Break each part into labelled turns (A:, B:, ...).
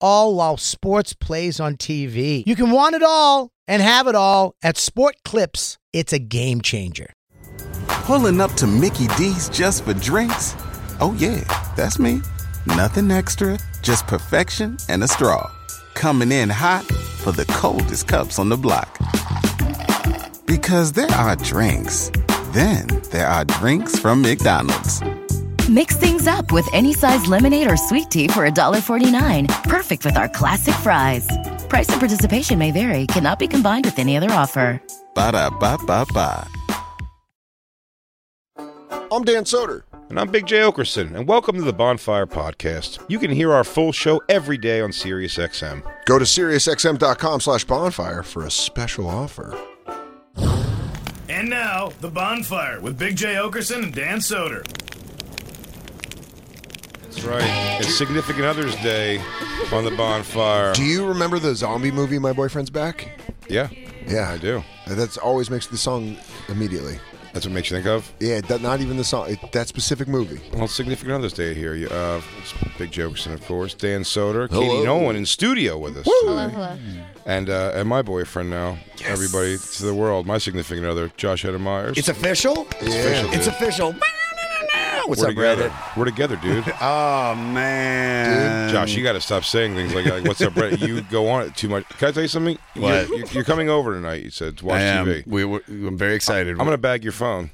A: all while sports plays on TV. You can want it all and have it all at Sport Clips. It's a game changer.
B: Pulling up to Mickey D's just for drinks? Oh, yeah, that's me. Nothing extra, just perfection and a straw. Coming in hot for the coldest cups on the block. Because there are drinks, then there are drinks from McDonald's.
C: Mix things up with any size lemonade or sweet tea for $1.49. Perfect with our classic fries. Price and participation may vary, cannot be combined with any other offer.
B: Ba da ba ba ba.
D: I'm Dan Soder.
E: And I'm Big J. Okerson, and welcome to the Bonfire Podcast. You can hear our full show every day on SiriusXM.
D: Go to SiriusXM.com slash bonfire for a special offer.
F: And now, The Bonfire with Big J. Okerson and Dan Soder.
E: That's right. It's Significant Others Day on the Bonfire.
D: Do you remember the zombie movie My Boyfriend's Back?
E: Yeah,
D: Yeah,
E: I do.
D: That's always makes the song immediately.
E: That's what makes you think of.
D: Yeah, that, not even the song, it, that specific movie.
E: Well, it's Significant Others Day here. You- Uh, it's Big Jokerson, of course. Dan Soder, Katie Nolan in studio with us. Hello, hello. And, uh, and my boyfriend now, everybody to the world, my significant other, Josh Adam Myers.
G: It's official.
D: Yeah.
E: official,
G: It's
E: dude.
G: official. What's
E: We're
G: up,
E: together.
G: Reddit?
E: We're together, dude.
G: Oh man,
E: Josh, you got to stop saying things like, like "What's up, Brett?" You go on it too much. Can I tell you something?
G: What?
E: You're, you're- you're coming over tonight. You said to watch
G: I am.
E: TV.
G: We were, I'm very excited.
E: I'm gonna bag your phone.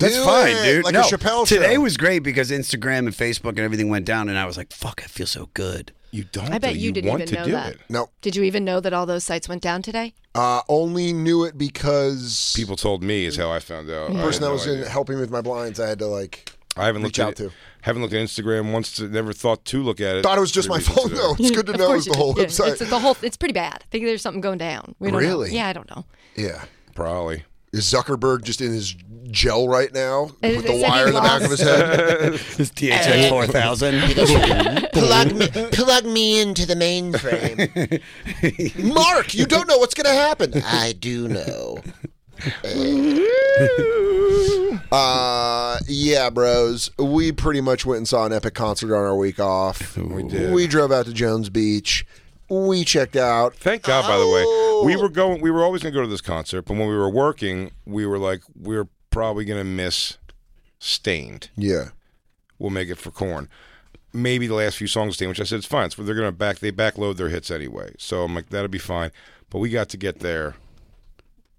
G: That's
D: Do
G: fine,
D: it,
G: dude.
D: like a
G: no,
D: Chappelle show.
G: today was great because Instagram and Facebook and everything went down, and I was like, "Fuck, I feel so good."
E: You don't.
H: I bet
E: though.
H: you didn't
E: want
H: even
E: to
H: know
E: do
H: that.
E: it.
D: No,
H: Did you even know that all those sites went down today?
D: uh, only knew it because
E: People told me is how I found out.
D: the
E: I
D: person
E: had
D: that
E: no
D: was in,
E: idea.
D: helping me with my blinds, I had to like,
E: I haven't
D: reach
E: looked
D: out
E: at
D: to.
E: it. Haven't looked at Instagram once. To, never thought to look at it.
D: Thought it was just
E: Three
D: my
E: reasons
D: phone
E: today.
D: though. It's good to
H: Of
D: know it
H: course
D: was
H: you
D: the
H: did.
D: whole
H: Yeah, It's,
D: website.
H: the whole. It's pretty bad. I think there's something going down. We don't know.
D: Really?
H: Yeah, I don't know.
D: Yeah.
E: Probably.
D: Is Zuckerberg just in his gel right now
H: It-
D: with the
H: it said he
D: wire in the back of his head?
G: This THX 4000.
I: plug me, plug me into the mainframe.
D: Mark, you don't know what's going to happen.
I: I do know.
D: Uh, yeah, bros. We pretty much went and saw an epic concert on our week off. We
E: did.
D: We drove out to Jones Beach. We checked out.
E: Thank God, by
D: Oh.
E: the way, we were going. We were always going to go to this concert, but when we were working, we were like, we are probably going to miss Stained.
D: Yeah.
E: We'll make it for Corn. Maybe the last few songs of Stained, which I said it's fine. It's, they're going to back. They backload their hits anyway, so I'm like, that'll be fine. But we got to get there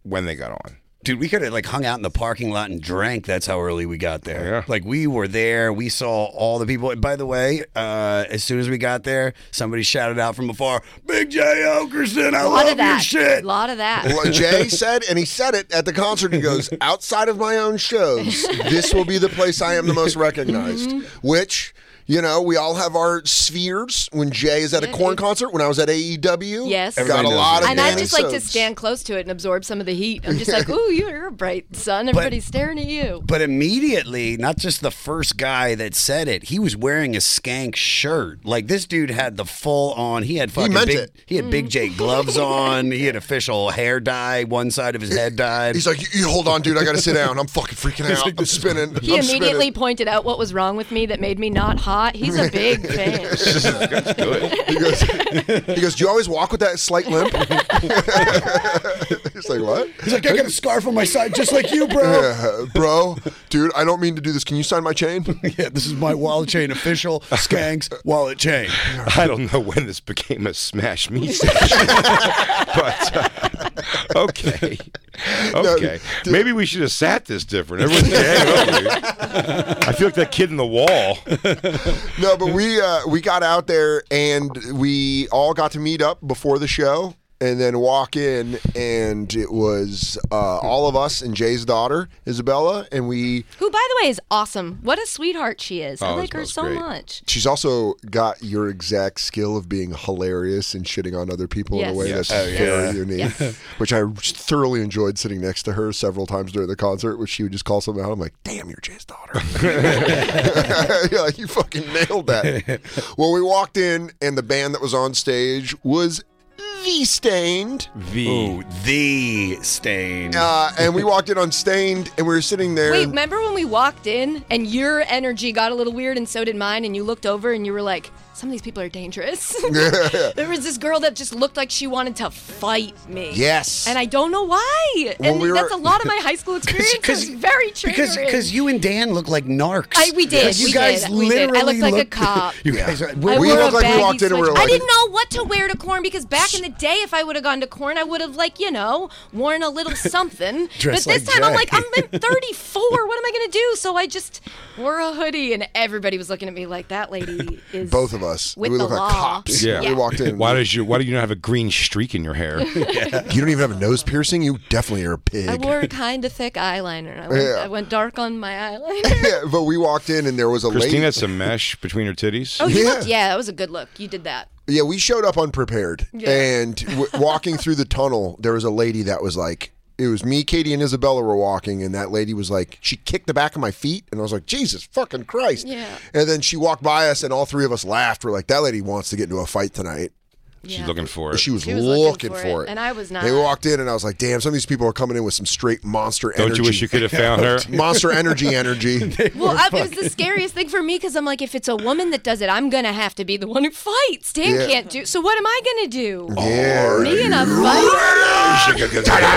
E: when they got on.
G: Dude, we could have like hung out in the parking lot and drank. That's how early we got there.
E: Yeah.
G: Like we were there. We saw all the people. And by the way, uh, as soon as we got there, somebody shouted out from afar, "Big J. Okerson, I
H: A lot
G: love
H: of that.
G: your shit."
H: A lot of that.
D: Well, Jay said, and he said it at the concert. He goes, outside of my own shows, this will be the place I am the most recognized.
H: Mm-hmm.
D: Which, you know, we all have our spheres. When Jay is at a corn concert, when I was at AEW,
H: Yes.
D: got
G: Everybody
D: a
G: knows
D: lot of.
G: it.
H: And I
D: Danny
H: just like to
D: Sodes.
H: stand close to it and absorb some of the heat. I'm just like, ooh, you're a bright sun. Everybody's staring at you.
G: But immediately, not just the first guy that said it, he was wearing a skank shirt. Like this dude had the full on. He had fucking
D: meant
G: big.
D: it.
G: He had big J gloves on. He had official hair dye. One side of his head dyed.
D: He's like, you, you hold on, dude. I got to sit down. I'm fucking freaking out. I'm spinning.
H: He
D: I'm
H: immediately
D: spinning.
H: pointed out what was wrong with me that made me not hot. He's a big fan.
E: That's good.
D: He goes, he goes, do you always walk with that slight limp? He's like, what?
G: He's like, I got a scarf on my side, just like you, bro.
D: Uh, bro, dude, I don't mean to do this. Can you sign my chain?
G: yeah, this is my wallet chain official skanks wallet chain.
E: I don't know when this became a smash me session, but uh, okay, okay. Maybe we should have sat this different. Everyone's hanging over you. I feel like that kid in the wall.
D: No, but we uh, we got out there and we all got to meet up before the show. and then walk in, and it was uh, all of us and Jay's daughter Isabella, and we.
H: Who, by the way, is awesome. What a sweetheart she is. I
E: Oh,
H: like her
E: Isabella's
H: so
E: great.
H: much.
D: She's also got your exact skill of being hilarious and shitting on other people in
H: Yes.
D: a way
H: Yes.
D: that's
G: Oh,
D: very
G: yeah.
D: unique, which I thoroughly enjoyed sitting next to her several times during the concert, which she would just call something out. I'm like, damn, you're Jay's daughter. yeah, you fucking nailed that. well, we walked in, and the band that was on stage was V Stained.
G: V. Ooh, the stain.
D: Uh, and we walked in on Stained, and we were sitting there.
H: Wait,
D: and-
H: remember when we walked in and your energy got a little weird and so did mine, and you looked over and you were like, some of these people are dangerous. there was this girl that just looked like she wanted to fight me.
D: Yes.
H: And I don't know why.
D: Well,
H: and
D: we were-
H: that's a lot of my high school experience. It's very triggering.
G: Because because you and Dan look like narcs.
H: I, we did.
G: You
H: we
G: guys
H: did. We did.
G: literally
H: I looked like a
G: look-
H: cop.
G: You guys are.
H: I
D: We
H: wore
D: looked like
H: a
D: we
H: baggy
D: walked in and we
H: sweatshirt.
D: were
H: I
D: like-
H: didn't know what to wear to corn because back in the day, if I would have gone to corn, I would have like you know worn a little something. but
G: Dressed
H: this
G: like
H: time, I'm
G: Jay.
H: like I'm, I'm 34. What am I gonna do? So I just wore a hoodie, and everybody was looking at me like that lady is
D: both of us.
H: with
D: we
H: the
D: look
H: law.
D: like cops.
E: Yeah.
D: We walked in.
E: Why does you Why do you not have a green streak in your hair?
D: you don't even have a nose piercing? You definitely are a pig.
H: I wore kind of thick eyeliner. I went,
D: Yeah.
H: I went dark on my eyeliner.
D: yeah, but we walked in and there was a
E: Christine
D: lady.
E: had some mesh between her titties.
H: Oh, you
D: Yeah.
H: looked, yeah, that was a good look. You did that.
D: Yeah, we showed up unprepared. And w- walking through the tunnel, there was a lady that was like, it was me, Katie, and Isabella were walking, and that lady was like, she kicked the back of my feet, and I was like, Jesus fucking Christ.
H: Yeah.
D: And then she walked by us, and all three of us laughed. We're like, that lady wants to get into a fight tonight.
E: She's looking for it.
D: She was,
H: She was
D: looking, for, it.
H: and I was not.
D: They walked in, and I was like, damn, some of these people are coming in with some straight monster
E: Don't
D: energy.
E: you wish you could have found her?
D: monster energy energy.
H: Well, I, it was the scariest thing for me because I'm like, if it's a woman that does it, I'm gonna have to be the one who fights. Dan
D: Yeah.
H: can't do. So what am I gonna do?
D: Yeah.
H: Me in a fight?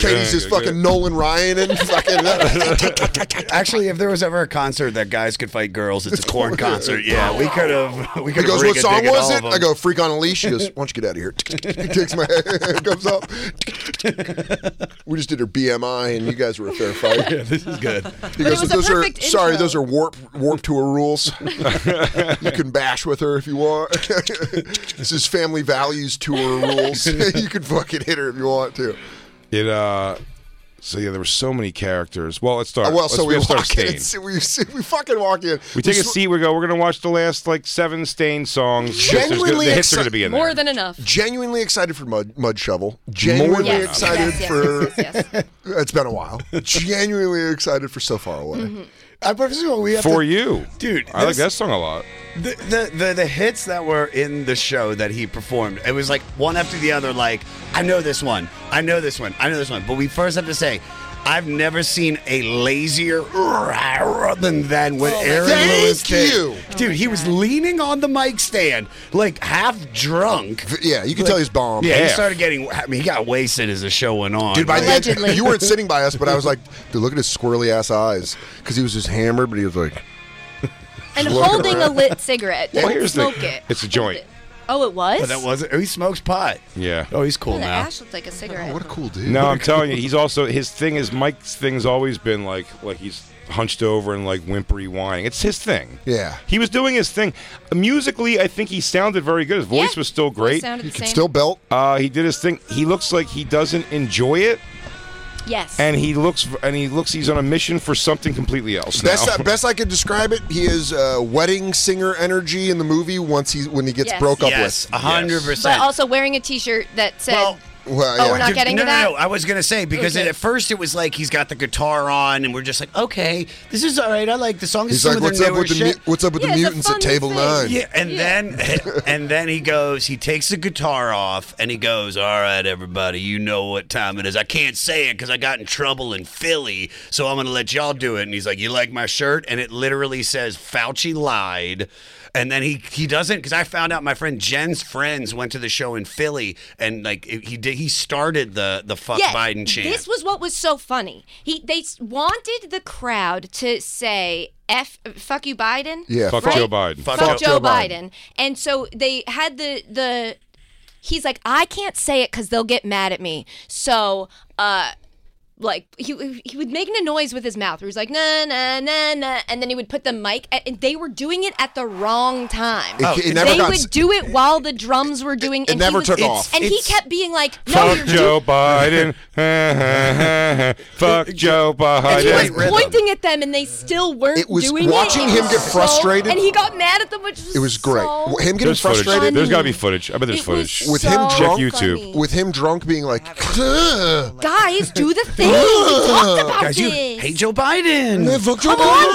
D: Katie's just fucking Nolan Ryan and fucking.
G: Actually, if there was ever a concert that guys could fight girls, it's a corn concert. Yeah, we could have. We
D: He
G: could
D: goes,
G: have.
D: "What song was it?" I go, "Freak on a Leash." He goes, "Why don't you get out of here?" He takes my hand, comes up. we just did her BMI, and you guys were a fair fight.
G: This is good.
D: He
H: But it
D: goes,
H: was a
D: "Those are
H: perfect
D: sorry,
H: intro."
D: those are warp warp tour rules. you can bash with her if you want. this is family values tour rules. you can fucking hit her if you want to.
E: It uh. So yeah, there were so many characters. Well, let's start.
D: Oh, well,
E: let's,
D: so we
E: let's start
D: walk in.
E: Stain.
D: and see- We, see- we fucking walk in.
E: We take a
D: sw-
E: seat. We go. We're gonna watch the last like seven Stain songs. because there's gonna-
D: Genuinely
E: the hits are
D: exci-
E: gonna be in there.
H: More than enough.
D: Genuinely excited for Mud, mud Shovel. Genuinely
H: Yes, yes,
D: excited
H: yes,
D: for
H: yes, yes, yes.
D: It's been a while. Genuinely excited for So Far Away.
G: I Mm-hmm. Uh, first of all, we have
E: for
G: to,
E: you,
G: Dude,
E: I like
G: this-
E: that song a lot.
G: The, the the the hits that were in the show that he performed. It was like one after the other. Like I know this one. I know this one. I know this one. But we first have to say. I've never seen a lazier than than when Aaron
D: God.
G: Lewis
D: Oh, Thank
G: did.
D: you.
G: Dude, he was leaning on the mic stand, like half drunk.
D: Yeah, you can tell he's bombed.
G: Yeah, he
E: Half.
G: started getting. I mean, he got wasted as the show went on.
D: Dude, by the end-
H: Allegedly.
D: you weren't sitting by us, but I was like, dude, look at his squirrely ass eyes. Because he was just hammered, but he was like,
H: And
D: Look
H: holding a
D: around.
H: lit cigarette.
E: Well,
H: Don't
E: here's the-
H: smoke it.
E: it's a joint.
H: Oh, it was.
G: Oh, that wasn't. Oh, he smokes pot.
E: Yeah.
G: Oh, he's cool
H: Oh, the
G: now.
H: ash looked like a cigarette.
D: oh, what a cool dude.
E: No, I'm telling you, he's also his thing is Mike's thing's always been like like he's hunched over and like whimpery whining. It's his thing.
D: Yeah.
E: He was doing his thing. Musically, I think he sounded very good. His voice
H: Yeah.
E: was still
H: Voice
E: great.
H: sounded the
D: Can
H: same.
D: still belt.
E: Uh, he did his thing. He looks like he doesn't enjoy it,
H: yes.
E: and he looks and he looks he's on a mission for something completely else.
D: Best, uh,
E: now.
D: best I could describe it, he is uh, wedding singer energy in the movie once he when he gets
H: Yes.
D: broke up
G: Yes, Uh-huh.
D: with.
G: hundred
H: but
G: percent.
H: also wearing a T-shirt that said.
G: Well,
D: Well,
H: Oh,
D: yeah.
H: we're not getting
G: no,
H: to
G: no,
H: that?
G: no. I was gonna say because
H: Okay.
G: at first it was like he's got the guitar on, and we're just like, okay, this is all right. I like the song.
D: He's
G: Some
D: like,
G: of their
D: what's up,
G: newer
D: with the mu-
G: shit."
D: what's up with
H: Yeah,
D: the
H: it's a
D: mutants at
H: fun
D: table
H: thing.
D: nine?
G: Yeah, and then and then he goes. He takes the guitar off, and he goes, "All right, everybody, you know what time it is. I can't say it because I got in trouble in Philly, so I'm gonna let y'all do it." And he's like, "You like my shirt?" And it literally says, "Fauci lied." And then he he doesn't because I found out my friend Jen's friends went to the show in Philly, and like it- he did he started the the fuck Biden chant.
H: This was what was so funny. He they s- wanted the crowd to say F fuck you Biden.
D: Yeah,
E: Fuck
D: fuck-
E: Joe Biden.
H: Fuck, Joe, Biden. And so they had the the he's like I can't say it cuz they'll get mad at me. So uh like he he would making a noise with his mouth. He was like na na na na, and then he would put the mic, at, and they were doing it at the wrong time.
D: It- it never
H: they
D: got s-
H: would do it while the drums were doing.
D: it
H: and he
D: never
H: was-
D: took off.
H: And he
G: It's-
H: kept being like, "No,
E: Fuck
H: you're
E: Joe Biden. Fuck Joe
H: And he was
E: Biden.
D: rhythm.
H: pointing at them, and they still weren't
D: It was
H: doing
D: watching
H: it. It
D: him
H: was
D: get
H: so-
D: frustrated.
H: and he got mad at them, which was
D: It was great.
H: so
D: Him getting
E: There's footage.
D: frustrated.
E: There's got to be footage. I bet there's
H: It was
E: footage.
D: With him
H: so
E: drunk-
H: funny.
E: Check YouTube.
D: With him drunk being like,
H: Guys, do the thing. we talked about
G: Guys, you
H: this.
G: hate Joe Biden.
D: Yeah, fuck Joe
H: Come on,
D: Biden.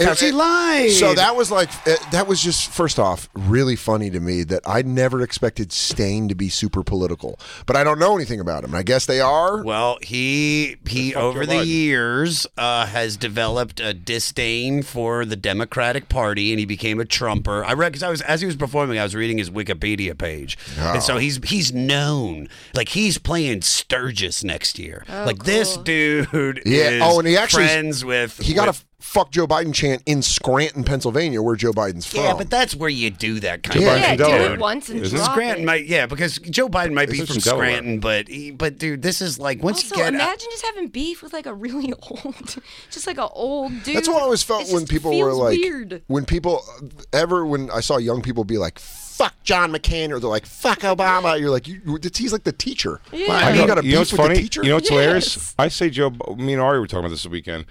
D: It-
G: Fauci
D: it-
G: lied.
D: So that was like uh, that was just first off really funny to me that I never expected Stain to be super political, but I don't know anything about him. I guess they are.
G: Well, he he over the years uh, has developed a disdain for the Democratic Party, and he became a Trumper. I read because I was as he was performing, I was reading his Wikipedia page, and
D: Oh.
G: so he's he's known like he's playing Sturgis next year.
H: Oh,
G: like this dude
D: Yeah.
G: is
D: Oh, and he actually-
G: friends with
D: he got a
G: with-
D: f- fuck Joe Biden chant in Scranton, Pennsylvania, where Joe Biden's from.
G: yeah, but that's where you do that kind
D: Yeah,
G: of
H: yeah,
E: Biden's
H: do
E: Delaware.
H: it once and
E: Isn't it?
H: drop
G: Scranton
H: it.
G: might, yeah, because Joe Biden might be
E: This is
G: from
E: from Delaware.
G: Scranton, but he, but dude, this is like once
H: Also,
G: you get out-
H: imagine just having beef with like a really old, just like an old dude.
D: That's what I always felt
H: It
D: when
H: just
D: people
H: feels
D: were like,
H: weird.
D: when people ever when I saw young people be like, "Fuck John McCain," or they're like, "Fuck Obama," you're like, you, it's- "He's like the teacher." Yeah.
E: I
D: you
E: go-
D: got a
E: you know
D: beef
E: what's
D: with
E: funny?
D: the teacher.
E: You know what's
H: Yes.
E: hilarious? I say Joe. B- Me and Ari were talking about this this weekend.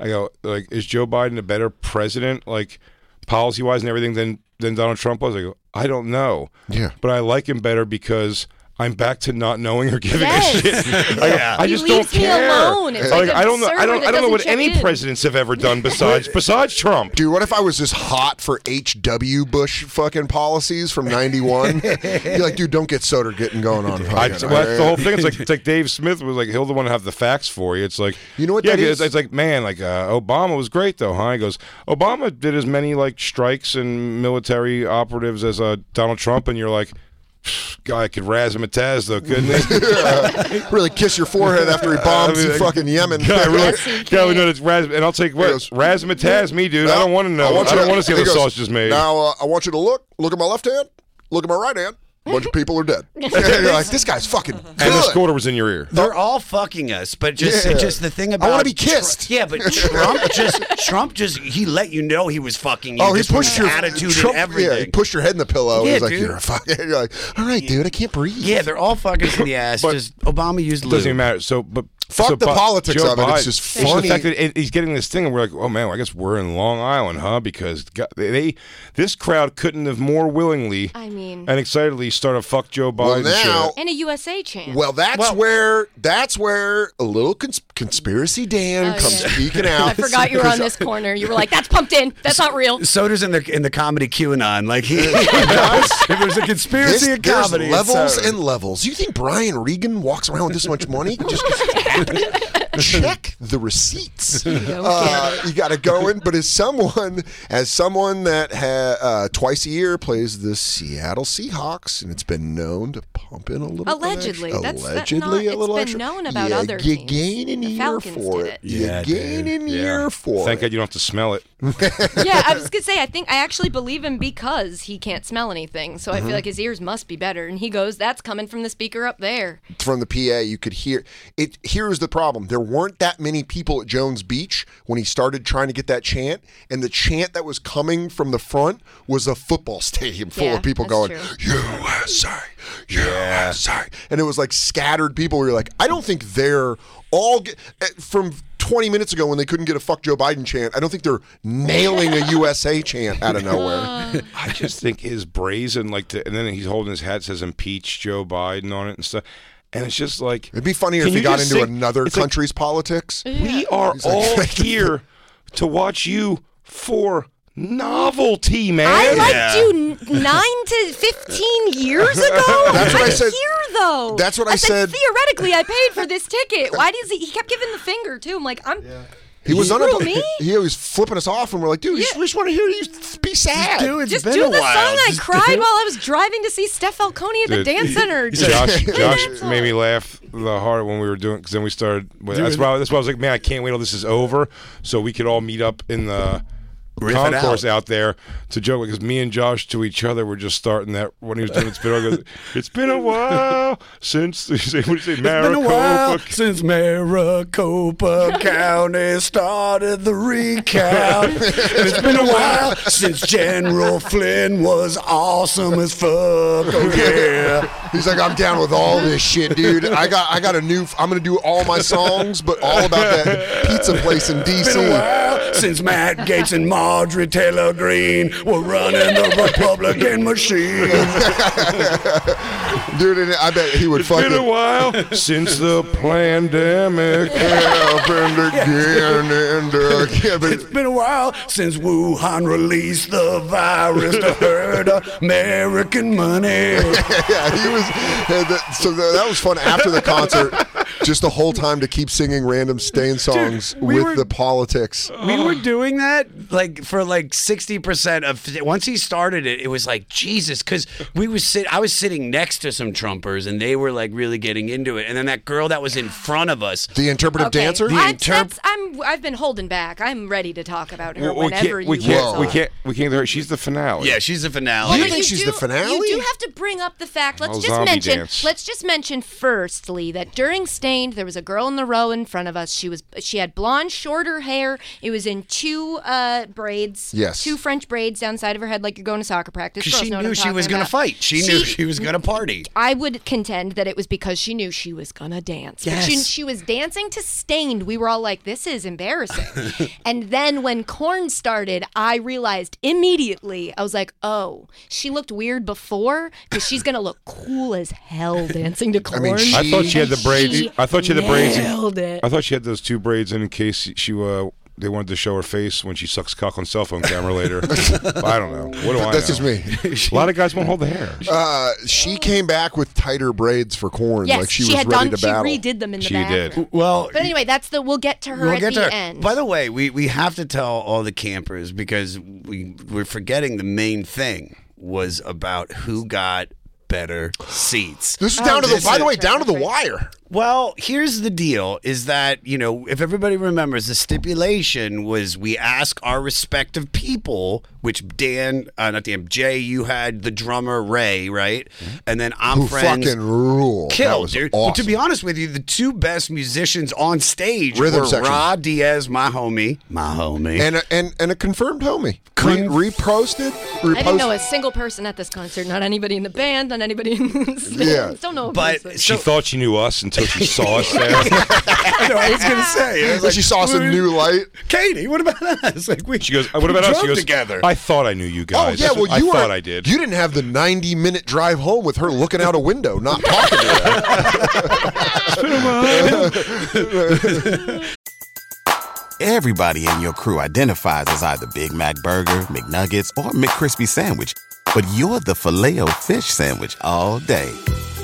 E: I go like, is Joe Biden a better president, like policy wise and everything, than than Donald Trump was? I go, I don't know.
D: Yeah.
E: but I like him better because. I'm back to not knowing or giving
H: Yes.
E: a shit. I, go, I
H: He
E: just don't
H: leaves me
E: care.
H: alone. It's like a
E: I don't know.
H: server
E: I don't.
H: that
E: I don't know
H: doesn't
E: what
H: check
E: any
H: in.
E: presidents have ever done besides besides Trump.
D: Dude, what if I was just hot for H.W. Bush fucking policies from 91? You're like, dude, don't get soda getting going on.
E: I,
D: fucking-
E: well, that's the whole thing. It's like it's like Dave Smith was like he'll the one to have the facts for you. It's like
D: You know what
E: Yeah,
D: that
E: it's,
D: is?
E: it's like man, like uh, Obama was great though, huh? He goes, Obama did as many like strikes and military operatives as uh, Donald Trump, and you're like, guy could razz him at Taz though, couldn't he?
D: really kiss your forehead after he bombs
E: I mean,
D: you fucking Yemen.
E: guy really,
H: Yes, he
E: guy would
H: could.
E: know that's razz, and I'll take what
D: He goes,
E: razz him at Taz, me dude. I don't want to know. I,
D: want you
E: don't want to see how
D: he
E: the
D: goes,
E: sausage is made.
D: Now uh, I want you to look. Look at my left hand. Look at my right hand. A bunch of people are dead. You're like, this guy's fucking
E: and this
D: good.
E: quarter was in your ear.
G: They're all fucking us, but just
D: Yeah.
G: just the thing about
D: wanna be
G: Tru-
D: kissed.
G: yeah, but Trump just Trump just he let you know he was fucking you.
D: Oh, he
G: just with
D: pushed
G: his
D: your
G: attitude
D: Trump-
G: and everything.
D: Yeah, he pushed your head in the pillow.
G: Yeah,
D: he's like,
G: dude.
D: you're a fucking. You're like, all right, dude, I can't breathe.
G: Yeah, they're all fucking us in the ass.
E: But-
G: just Obama used
E: Doesn't even
G: lube.
E: matter. So, but
D: Fuck
E: so
D: the
E: Bi-
D: politics
E: Joe
D: of it. It's
E: Biden-
D: just
E: the
D: funny.
E: fact that it- he's getting this thing, and we're like, oh man, well, I guess we're in Long Island, huh? Because God, they, they- this crowd couldn't have more willingly,
H: I mean-
E: and excitedly start a fuck Joe
D: Well,
E: Biden
D: now-
E: show.
H: And a USA chant.
D: Well, that's
G: Well-
D: where that's where a little cons- conspiracy Dan
H: Oh,
D: comes
H: yeah.
D: speaking out.
H: I forgot you were on this corner. You were like, "That's pumped in. That's not real."
G: Soda's in the in the comedy QAnon. Like he, if there's a
D: This,
G: conspiracy in
D: there's
G: comedy, it's
D: levels
G: Soda.
D: and levels. You think Brian Regan walks around with this much money? Just check the receipts. Uh, you got to go in. But as someone, as someone that ha- uh, twice a year plays the Seattle Seahawks, and it's been known to pump in a little. bit
H: Allegedly.
D: extra-
H: That's- that's
D: allegedly
H: not-
D: a
H: it's
D: little
H: been
D: extra.
H: known about
D: Yeah,
H: other
D: You
H: teams.
D: gain an
H: The
D: ear
H: Falcons
D: for
H: did
D: it.
H: it.
D: You
G: Yeah,
D: gain
G: dude.
D: an
E: Yeah.
D: ear for it.
E: Thank God you don't have to smell it.
H: yeah, I was gonna say I think I actually believe him because he can't smell anything, so I feel like his ears must be better. And he goes, "That's coming from the speaker up there."
D: from the PA, you could hear it. Here's the problem: there weren't that many people at Jones Beach when he started trying to get that chant, and the chant that was coming from the front was a football stadium full
H: Yeah,
D: of people
H: that's
D: going
H: true.
D: USA, USA, and it was like scattered people. Where you're like, I don't think they're all get, eh, from. 20 minutes ago when they couldn't get a fuck Joe Biden chant, I don't think they're nailing a USA chant out of nowhere.
H: Um,
E: I just think his brazen, like, to, and then he's holding his hat says "impeach Joe Biden" on it and stuff. And it's just like
D: It'd be funnier
E: can
D: if he
E: you
D: got
E: just
D: into
E: sing-
D: another
E: it's like,
D: country's politics.
E: We are
D: like,
E: all
D: "Thank you."
E: here to watch you for novelty, man.
H: I liked you n- nine to fifteen years ago.
D: That's what I
H: I'm
D: said-
H: Here though,
D: that's what I said-
H: Theoretically, I paid for this ticket. Why does he? He kept giving the finger too. I'm like, I'm.
D: He was
H: Screw
D: unable.
H: me?
D: He was flipping us off, and we're like, dude, we just- we just want to hear you be sad.
G: Dude, it's
H: Just
G: been
H: do
G: a
H: the
G: while.
H: song I
G: Just
H: cried while I was driving to see Steph Falcone at the
E: Dude,
H: dance center.
E: Josh, Josh
H: That's all.
E: made me laugh the hard when we were doing because then we started. That's why, that's why I was like, man, I can't wait till this is over so we could all meet up in the
G: Riff it
E: concourse
G: out.
E: out there to joke because me and Josh to each other were just starting that when he was doing it's been a while. he goes, It's been a while since what do you say,
G: Been a while
E: Maricopa.
G: since Maricopa County started the recount. and it's been a while since General Flynn was awesome as fuck. Oh, yeah.
D: He's like, I'm down with all this shit, dude. I got I got a new. I'm gonna do all my songs, but all about that pizza place in
G: Been a
D: D.C.
G: while since Matt Gates and Marjorie Taylor Greene were running the Republican machine.
D: Dude, and I bet he would
E: It's been a
D: fucking.
E: while since the pandemic.
D: Happened again and again.
G: It's
D: But
G: been a while since Wuhan released the virus to hurt American money.
D: yeah, he was. and that- So tha- that was fun after the concert. Just the whole time to keep singing random staying songs
G: we
D: with
G: were-
D: the politics.
G: we were doing that like for like 60% of once he started it it was like jesus because we was sit i was sitting next to some trumpers and they were like really getting into it and then that girl that was in front of us
D: The interpretive dancer.
H: I,
G: interp-
H: that's, I'm, I've been holding back. I'm ready to talk about her
E: we
H: whenever
E: can't,
H: you
E: we can't,
H: want
E: we
H: to.
E: can't, we can't do her. She's the finale.
G: yeah she's the
H: Well,
G: finale
D: You
H: but
D: think she's
H: do,
D: the finale?
H: You do have to bring up the fact. Let's
E: Oh,
H: just
E: zombie
H: mention.
E: dance.
H: Let's just mention firstly that during Stained there was a girl in the row in front of us. She was she had blonde, shorter hair. It was in two uh, braids.
D: Yes.
H: Two French braids down the side of her head, like you're going to soccer practice.
G: 'Cause
H: Girls
G: she
H: know what
G: knew
H: I'm
G: she was
H: talking
G: gonna
H: about.
G: fight she knew she was gonna party
H: I would contend that it was because she knew she was gonna dance. But She,
G: Yes.
H: she was dancing to Stained. We were all like, "This is embarrassing." and then when Corn started, I realized immediately. I was like, "Oh, she looked weird before because she's gonna look cool as hell dancing to Corn."
D: mean, she-
E: I thought she had the braids.
H: She
E: I thought she had the braids.
H: nailed it.
E: I thought she had those two braids in case she uh, they wanted to show her face when she sucks cock on cell phone camera later. I don't know. What do I?
D: That's
E: know?
D: just me.
E: A lot of guys won't hold the hair.
D: Uh, she came back with tighter braids for corn.
H: Oh. yes,
D: like she,
H: she,
D: was
H: had
D: ready
H: done.
D: to battle.
H: She redid them in the
E: She
H: bathroom.
E: did.
G: well
H: But anyway, that's the. We'll get to her
G: We'll
H: at
G: get
H: the
G: to her.
H: end.
G: By the way, we, we have to tell all the campers because we we're forgetting the main thing was about who got better seats.
D: This is
H: Oh,
D: down to the.
G: this
D: By the
G: is-
D: way, down to the wire.
G: Well, here's the deal is that, you know, if everybody remembers, the stipulation was we ask our respective people, which Dan, uh, not Dan, Jay, you had the drummer Ray, right? And then
D: Mm-hmm.
G: I'm
D: Who
G: friends.
D: fucking rule? That
G: Killed,
D: was
G: dude.
D: Awesome.
G: But to be honest with you, the two best musicians on stage
D: Rhythm
G: were
D: section.
G: Ra Diaz, my homie, my homie,
D: and a, and and a confirmed homie.
G: Con-
D: Re- reposted. Reposted.
H: I didn't know a single person at this concert. Not anybody in the band. Not anybody in. The
D: Yeah.
H: Don't know. a
G: But
H: person.
E: She
G: so-
E: thought she knew us until she saw us there.
G: I know, I was gonna say. I was
D: But she saw some
G: "Who-
D: new light.
G: Katie, what about us? Like we,
E: She goes, "Uh, "What about us?" She
G: drove
E: goes,
G: together.
E: "I thought I knew you guys.
D: oh yeah,
E: That's
D: well
E: what-
D: you
E: I
D: were.
E: thought I did.
D: You didn't have the ninety-minute drive home with her looking out a window, not talking to her.
B: Everybody in your crew identifies as either Big Mac Burger, McNuggets, or McCrispy Sandwich. But you're the filet fish Sandwich all day.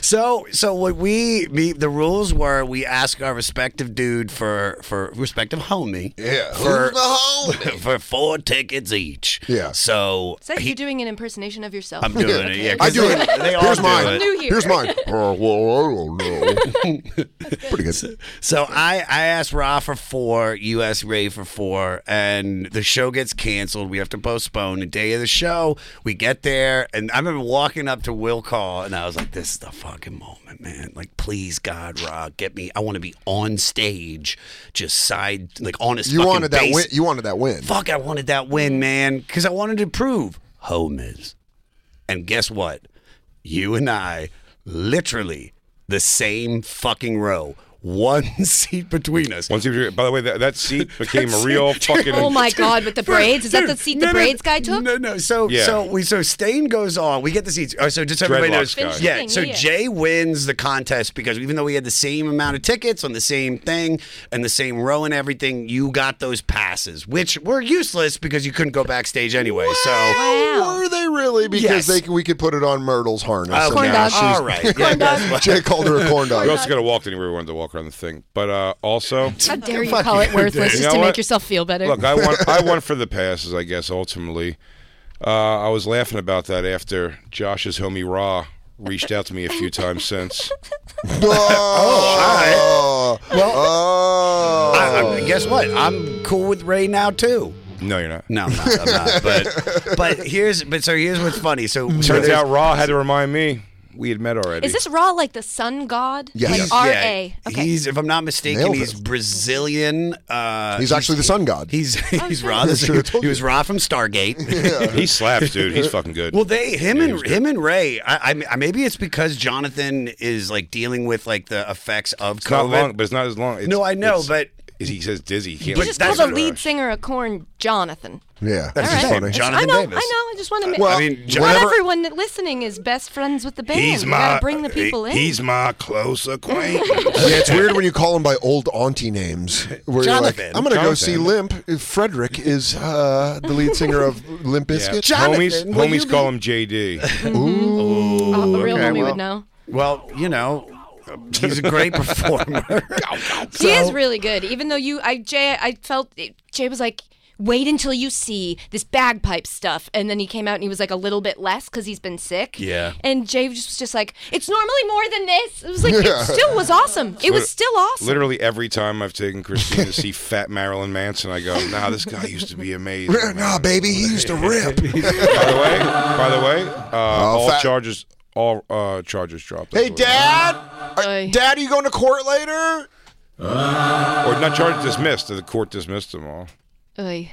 G: So, so what we me, the rules were we ask our respective dude for for respective homie.
D: Yeah, who's
G: For,
D: the homie?
G: for four tickets each.
D: Yeah.
G: So
H: Is that
G: he-
H: you doing an impersonation of yourself?
G: I'm doing it. Yeah,
D: I
G: 'cause
D: do
G: they-
D: it.
G: They all
D: Here's
G: do
D: mine.
G: it.
H: New here.
D: Here's mine. Oh, well, I don't know. Pretty good.
G: So I, I asked Ra for four, you asked Ray for four, and the show gets canceled. We have to postpone the day of the show. We get there, and I remember walking up to Will Call, and I was like, "This is the fucking moment, man! Like, please, God, Ra, get me. I want to be on stage, just side, like on his.
D: You
G: fucking
D: wanted that
G: bass.
D: win. You wanted that win.
G: Fuck, I wanted that win, man, because I wanted to prove homies. And guess what? You and I, literally the same fucking row. one seat between us.
E: Once you, by the way, that, that seat became a real fucking.
H: Oh my God, with the braids? Is that the
G: Dude,
H: seat
G: no,
H: the
G: no,
H: braids guy took?
G: No, no. So
E: Yeah.
G: so we so Stain goes on. We get the seats. Oh, so just everybody
E: Dreadlocks
G: knows.
E: guy. Finish
G: Yeah.
H: thing,
G: So
H: yeah.
G: Jay wins the contest because even though we had the same amount of tickets on the same thing and the same row and everything, you got those passes, which were useless because you couldn't go backstage anyway. So.
H: Wow.
D: Were they really? Because
G: Yes.
D: they can, we could put it on Myrtle's harness.
G: Oh,
D: and
H: Corn
D: now
H: dog.
D: she's-
G: All right. Yeah, that's what-
D: Jay called her a corn
E: We
D: dog.
E: also could have walked anywhere we wanted to walk around the thing, but uh, also.
H: How dare you call it worthless
E: You
H: just
E: know
H: to
E: what?
H: make yourself feel better?
E: Look, I won. I won for the passes, I guess. Ultimately, uh, I was laughing about that after Josh's homie Raw reached out to me a few times since.
D: Oh,
G: Well-
D: oh.
G: I, I, guess what? I'm cool with Ray now too.
E: No, you're not.
G: No, I'm not. I'm not. But but here's but so here's what's funny. So so
E: Turns
G: there's-
E: out Raw had to remind me we had met already.
H: Is this Raw like the sun god?
D: Yes.
H: Like R
G: yeah,
H: A. Okay.
G: He's if I'm not mistaken,
D: Nailed it.
G: he's Brazilian. Uh,
D: He's actually the sun god.
G: he's
H: Oh,
G: he's Ra. He was Ra from Stargate.
E: he slaps, dude. He's fucking good.
G: Well, they him
E: Yeah,
G: and
E: he's good.
G: him and Ray. I, I maybe it's because Jonathan is like dealing with like the effects of
E: It's not
G: COVID.
E: long, but it's not as long. It's-
G: No, I know,
E: it's-
G: but-
E: is- he says dizzy. He can't
H: You
E: like-
H: just
G: that's
H: call the
G: what-
H: lead singer of Corn Jonathan.
D: yeah.
G: That's
H: All
G: his
H: right.
G: name,
H: It's-
G: Jonathan
H: I know,
G: Davis.
H: I know. I just want to make.
G: Well,
H: Well,
G: I mean,
H: not
G: whenever-
H: everyone that listening is best friends with the band.
E: He's
H: you
E: my.
H: gotta bring the people in.
E: He's my close acquaintance.
D: Yeah, it's weird when you call them by old auntie names. Where you're like,
G: Jonathan.
D: I'm going to go
E: Jonathan.
D: see Limp. Frederick is uh, the lead singer of Limp
E: Yeah.
D: Bizkit.
E: Homies, homies call him JD.
H: Oh, a real
E: okay,
H: homie
E: well.
H: would know.
G: Well, you know, he's a great performer.
H: He is really good. Even though you, I Jay, I felt Jay was like. Wait until you see this bagpipe stuff, and then he came out and he was like a little bit less because he's been sick.
G: Yeah.
H: and Jay just was just like, "It's normally more than this." It was like it still was awesome. It was still awesome.
E: Literally every time I've taken Christine to see Fat Marilyn Manson, I go, "Nah, this guy used to be amazing."
D: Nah, baby, he used to rip.
E: By the way, by the way, uh, all
D: Oh, fat-
E: charges, all uh, charges dropped.
D: hey, Dad.
H: Oy.
D: Are, Dad, are you going to court later?
E: or not charges dismissed. The court dismissed them all.
H: Oy.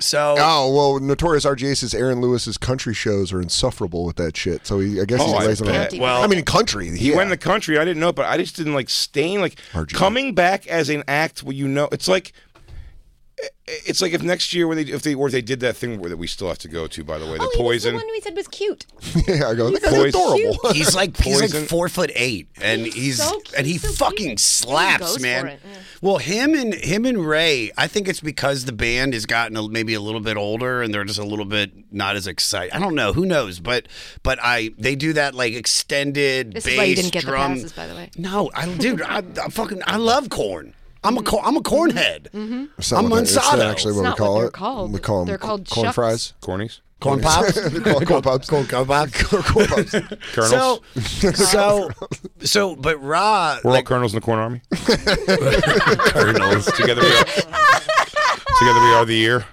G: So
D: Oh, well, Notorious RGA says Aaron Lewis's country shows are insufferable with that shit. So he, I guess
E: Oh, I
D: he's lazy. on
E: bet.
D: that.
G: Well-
D: I mean, country.
E: He
D: yeah.
E: went in the country. I didn't know, but I just didn't like staying. Like
D: RGA.
E: coming back as an act, where you know, it's like. It's like if next year when they if they or they did that thing that we still have to go to by the way the
H: oh, he was
E: poison
H: the one we said was cute.
D: yeah, I go, that guy's
E: Poison.
D: adorable.
G: he's like he's
E: Poison.
G: like four foot eight, and he's,
H: so cute,
G: and he
H: so cute.
G: fucking
H: He
G: slaps,
H: goes for
G: man.
H: it, yeah.
G: Well, him and him and Ray, I think it's because the band has gotten a, maybe a little bit older, and they're just a little bit not as excited. I don't know, who knows? But but I they do that like extended
H: This
G: bass
H: is why you didn't get the
G: drum.
H: passes, by the way.
G: No, I dude, I, I fucking I love corn. I'm a cor- I'm a cornhead.
H: Mm-hmm.
D: It's
G: I'm
D: not what they- It's not
G: Monsanto.
D: actually
H: It's
D: what we
H: not
D: call
H: what they're
D: it.
H: called.
D: We call them
H: They're
D: co-
H: called
D: corn
H: shucks.
D: fries.
E: cornies
G: Corn pops.
D: corn, corn pops. Corn,
G: Corn pops.
D: corn pops.
E: kernels
G: So so so but Ra
E: we're all
G: like,
E: colonels in the corn army
G: kernels.
E: together we are, together we are the year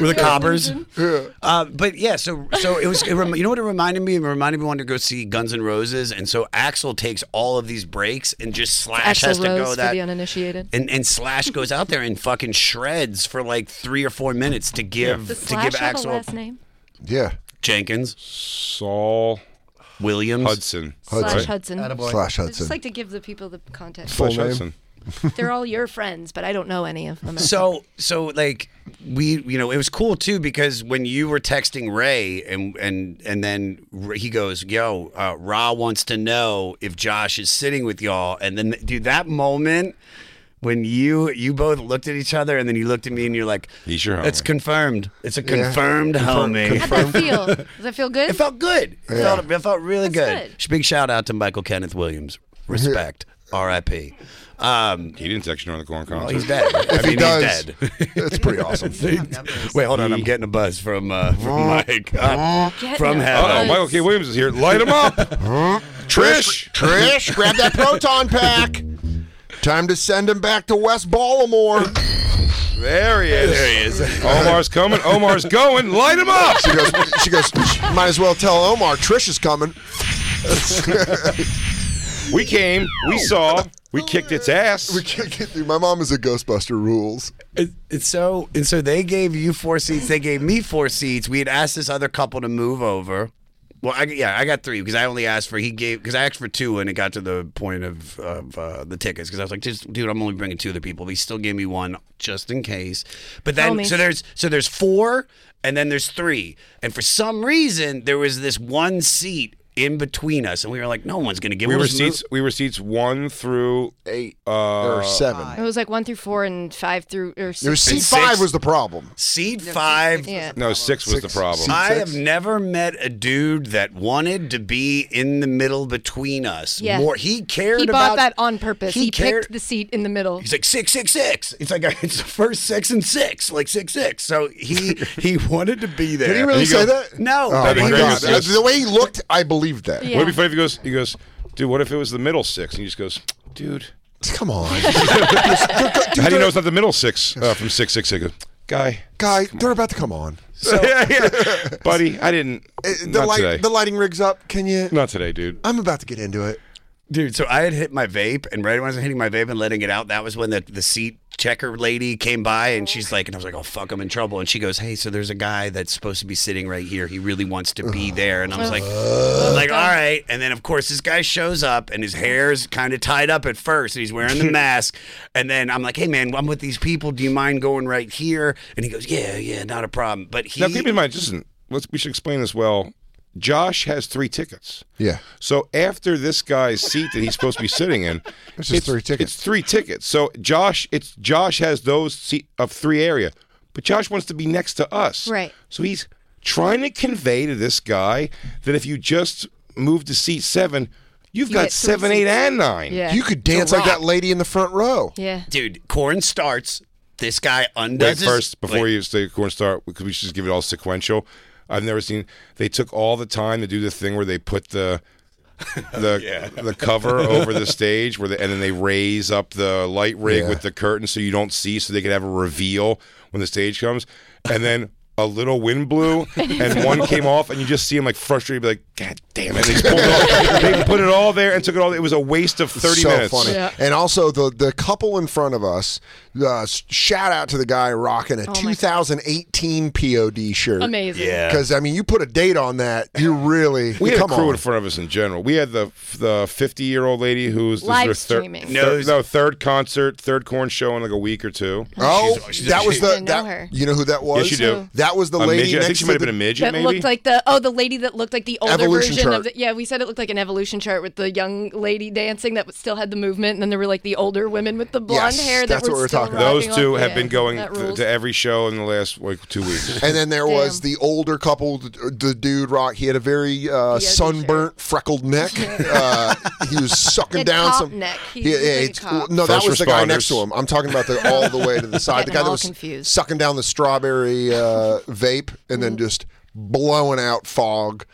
G: We're the cobbers.
H: Mm-hmm.
G: Uh, but yeah, so so it was. It rem- you know what it reminded me? It reminded me wanting to go see Guns N' Roses, and so Axel takes all of these breaks and just Slash
H: Axl
G: has to
H: Rose
G: go
H: for
G: that.
H: the uninitiated.
G: and, and Slash goes out there and fucking shreds for like three or four minutes to give
H: Does
G: to
H: Slash
G: give
H: have a
G: Axel
H: last name?
D: yeah.
G: Jenkins
E: Saul
G: Williams.
E: Hudson
H: Slash
E: right?
H: Hudson.
D: Slash
H: I just
D: Hudson.
H: like to give the people the context.
E: Slash
D: Full name.
E: Hudson
H: They're all your friends, but I don't know any of them.
G: So so like we you know it was cool too because when you were texting Ray and and and then R- he goes yo uh, Ra wants to know if Josh is sitting with y'all and then dude that moment when you you both looked at each other and then you looked at me and you're like
E: He's your homie.
G: it's confirmed it's a confirmed homie
H: How'd that feel? Does that feel good?
G: it felt good it, felt, it felt really
H: That's
G: good. big shout out to Michael Kenneth Williams respect R.I.P. Um,
E: he didn't text you during the corn
G: well,
E: concert
G: he's dead I mean he's
D: does.
G: dead.
D: That's pretty awesome.
G: Wait, hold on. I'm getting a buzz from uh, from Mike uh,
H: Get
G: from
H: no
E: Uh oh,
G: heaven.
H: buzz.
E: Michael K. Williams is here. Light him up, Trish.
D: Trish, grab that proton pack. Time to send him back to West Baltimore.
E: There he is.
G: There he is.
E: Omar's coming. Omar's going. Light him up.
D: She goes, she goes, might as well tell Omar Trish is coming.
E: We came. We saw. We kicked its ass.
D: We can't get through. My mom is a Ghostbuster rules.
G: And- and so and so they gave you four seats. They gave me four seats. We had asked this other couple to move over. Well, I, yeah, I got three because I only asked for he gave because I asked for two and it got to the point of of uh, the tickets because I was like, just dude, I'm only bringing two other people. But he still gave me one just in case. But then
H: Homie.
G: so there's so there's four and then there's three and for some reason there was this one seat in between us and we were like, no one's gonna give.
E: We
G: us
E: were seats. We were seats one through
D: Eight
E: uh,
D: or seven.
H: It was like one through four and five through
D: It
H: or
D: was
H: six.
D: seat
G: six.
D: five was the problem.
G: Seat five.
H: Yeah.
E: No, six was the problem.
D: Six.
G: I have never met a dude that wanted to be in the middle between us.
H: Yeah.
G: More, he cared
H: He
G: about
H: bought that on purpose. He,
G: cared-
H: picked the seat in the middle.
G: He's like six six six. It's like it's the first six and six, like six six. So he he wanted to be there.
D: Did he really
G: And
D: say
G: go,
D: that?
G: No.
D: Oh
E: That'd be
D: my
E: great
D: god!
E: if it was-
D: The way he looked, I believed that.
H: Yeah.
E: Would it be funny if he goes? He goes, dude. What if it was the middle six? And he just goes, dude.
D: Come on,
E: How do you know it's not the middle six uh, from six six six? Guy.
D: guy. They're about to come on.
E: yeah, yeah. buddy. I didn't.
D: Uh, The
E: not today.
D: light, the lighting rig's up. Can you?
E: not today, dude.
D: I'm about to get into it.
G: Dude, so I had hit my vape, and right when I was hitting my vape and letting it out, that was when the, the seat checker lady came by, and she's like, and I was like, oh, fuck, I'm in trouble. And she goes, hey, so there's a guy that's supposed to be sitting right here. He really wants to be there. And I was like, I'm like, all right. And then, of course, this guy shows up, and his hair's kind of tied up at first, and he's wearing the mask. And then I'm like, hey, man, I'm with these people. Do you mind going right here? And he goes, yeah, yeah, not a problem. But he.
E: Now keep in mind, listen. Let's we should explain this well. Josh has three tickets.
D: Yeah.
E: So after this guy's seat that he's supposed to be sitting in,
D: It's just three tickets.
E: It's three tickets. So Josh, it's Josh has those seat of three area, but Josh wants to be next to us.
H: Right.
E: So he's trying to convey to this guy that if you just move to seat seven, you've
H: You
E: got
H: get three
E: seven, eight,
H: seats.
E: and nine.
H: Yeah.
D: You could dance like that lady in the front row.
H: yeah.
G: Dude, corn starts. This guy undoes
E: Wait,
G: his-
E: first, before
G: Wait.
E: you say corn start, because we should just give it all sequential. I've never seen. They took all the time to do the thing where they put the the the cover over the stage, where the, and then they raise up the light rig with the curtain so you don't see, so they could have a reveal when the stage comes, and then. A little wind blew, and one came off, and you just see him like frustrated, be like, "God damn it!" They, just pulled it all, they put it all there and took it all. It was a waste of thirty
D: so
E: minutes.
D: funny. And also the the couple in front of us. Uh, s- shout out to the guy rocking a 2018 POD shirt.
H: Oh Amazing.
G: Yeah.
D: Because I mean, you put a date on that, you really
E: We had
D: come
E: a crew
D: on.
E: in front of us in general. We had the the fifty year old lady who's this is
H: Live
E: her third-
H: streaming.
E: third- no third concert, third corn show in like a week or two.
D: Oh,
G: She's- she's-
D: that was the
H: Didn't know her.
D: that, you know who that was?
E: Yes, you do.
D: That was the
E: A
D: lady
E: midget.
D: next
E: I think she
D: to
E: might have
D: the-
E: been a midget,
H: That
E: maybe.
H: looked like the oh the lady that looked like the older
D: Evolution
H: version
D: chart.
H: of the yeah we said it looked like an evolution chart with the young lady dancing that was- still had the movement and then there were like the older women with the blonde
D: Yes,
H: hair that
D: that's
H: were
D: what we're
H: still
D: talking about.
E: Those
H: rocking
E: two
H: on-
E: have
H: yeah,
E: been going
H: that
E: th-
H: rules.
E: to every show in the last like two weeks.
D: And then there was the older couple, the the dude rock. He had a very uh, sunburnt, freckled neck. uh, he was sucking
H: He had
D: down
H: cop
D: some
H: neck. He
D: Yeah,
H: looked
D: yeah,
H: like a
D: it's-
H: cop.
D: no, that
E: First
D: was the guy next
E: responders.
D: to him. I'm talking about the all the way to the side. the
H: Getting
D: guy that
H: all
D: was
H: confused.
D: sucking down the strawberry uh, vape and then just blowing out fog,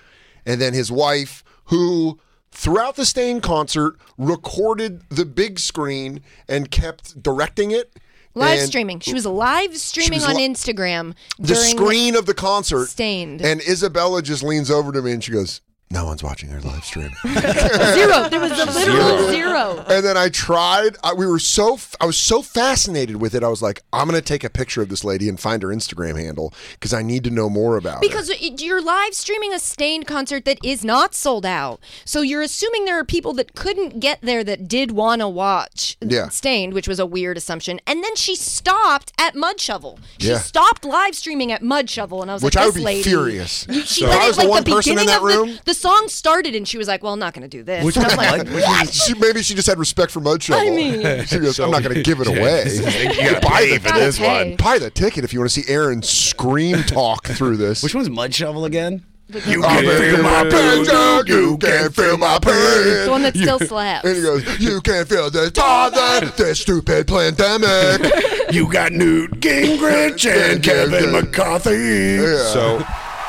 D: and then his wife who. Throughout the Stain concert, recorded the big screen and kept directing it.
H: live
D: and-
H: streaming she was live streaming
D: was
H: on
D: li-
H: Instagram
D: the
H: during
D: screen of the concert
H: Stained.
D: and Isabella just leans over to me and she goes, "No one's watching our live stream."
H: zero there was a literal
E: Zero.
H: zero
D: and then I tried. I, we were so f- I was so fascinated with it. I was like, "I'm going to take a picture of this lady and find her Instagram handle because I need to know more about her."
H: Because it- you're live streaming a stained concert that is not sold out. So you're assuming there are people that couldn't get there that did want to watch
D: Yeah.
H: stained, which was a weird assumption. And then she stopped at Mud Shovel. She
D: Yeah.
H: stopped live streaming at Mud Shovel. And I was
D: Which
H: like,
D: I
H: this
D: would be
H: lady.
D: furious.
H: You- she
D: So- If
H: let
D: I
H: it,
D: was the
H: like
D: one person in
H: beginning
D: that
H: of
D: room-
H: The, the song started and she was like, well, I'm not going to do this. And I'm like,
D: she, maybe she just had respect for Mud Shovel.
H: I mean-
D: she goes, "I'm not going to give it away.
G: You gotta
D: buy
G: pay
D: the
G: for this
H: Gotta
G: one.
H: pay.
D: buy the ticket if you want to see Aaron scream talk through this."
G: Which one's Mud Shovel again? You
D: I'm in my pain, dog, you can't feel my pain.
H: the one that still slaps.
D: And he goes, You can't feel this bother, this stupid pandemic.
G: You got Newt Gingrich
D: and Kevin
G: McCarthy.
E: So
D: A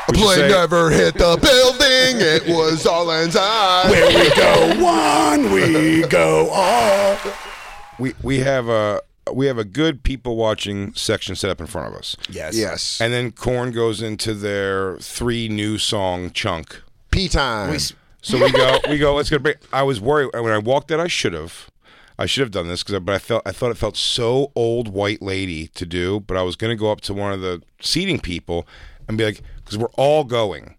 E: we should
D: plane
E: say-
D: never hit the building, it was all anxiety.
G: we go one, we go all.
E: we we have a we have a good people watching section set up in front of us,
G: Yes.
D: Yes. And
E: and then Corn goes into their three new song chunk.
D: pee time.
E: So we go, we go. Let's get a break. I was worried when I walked in. I should have, I should have done this because, but I felt, I thought it felt so old white lady to do. But I was going to go up to one of the seating people and be like, because we're all going.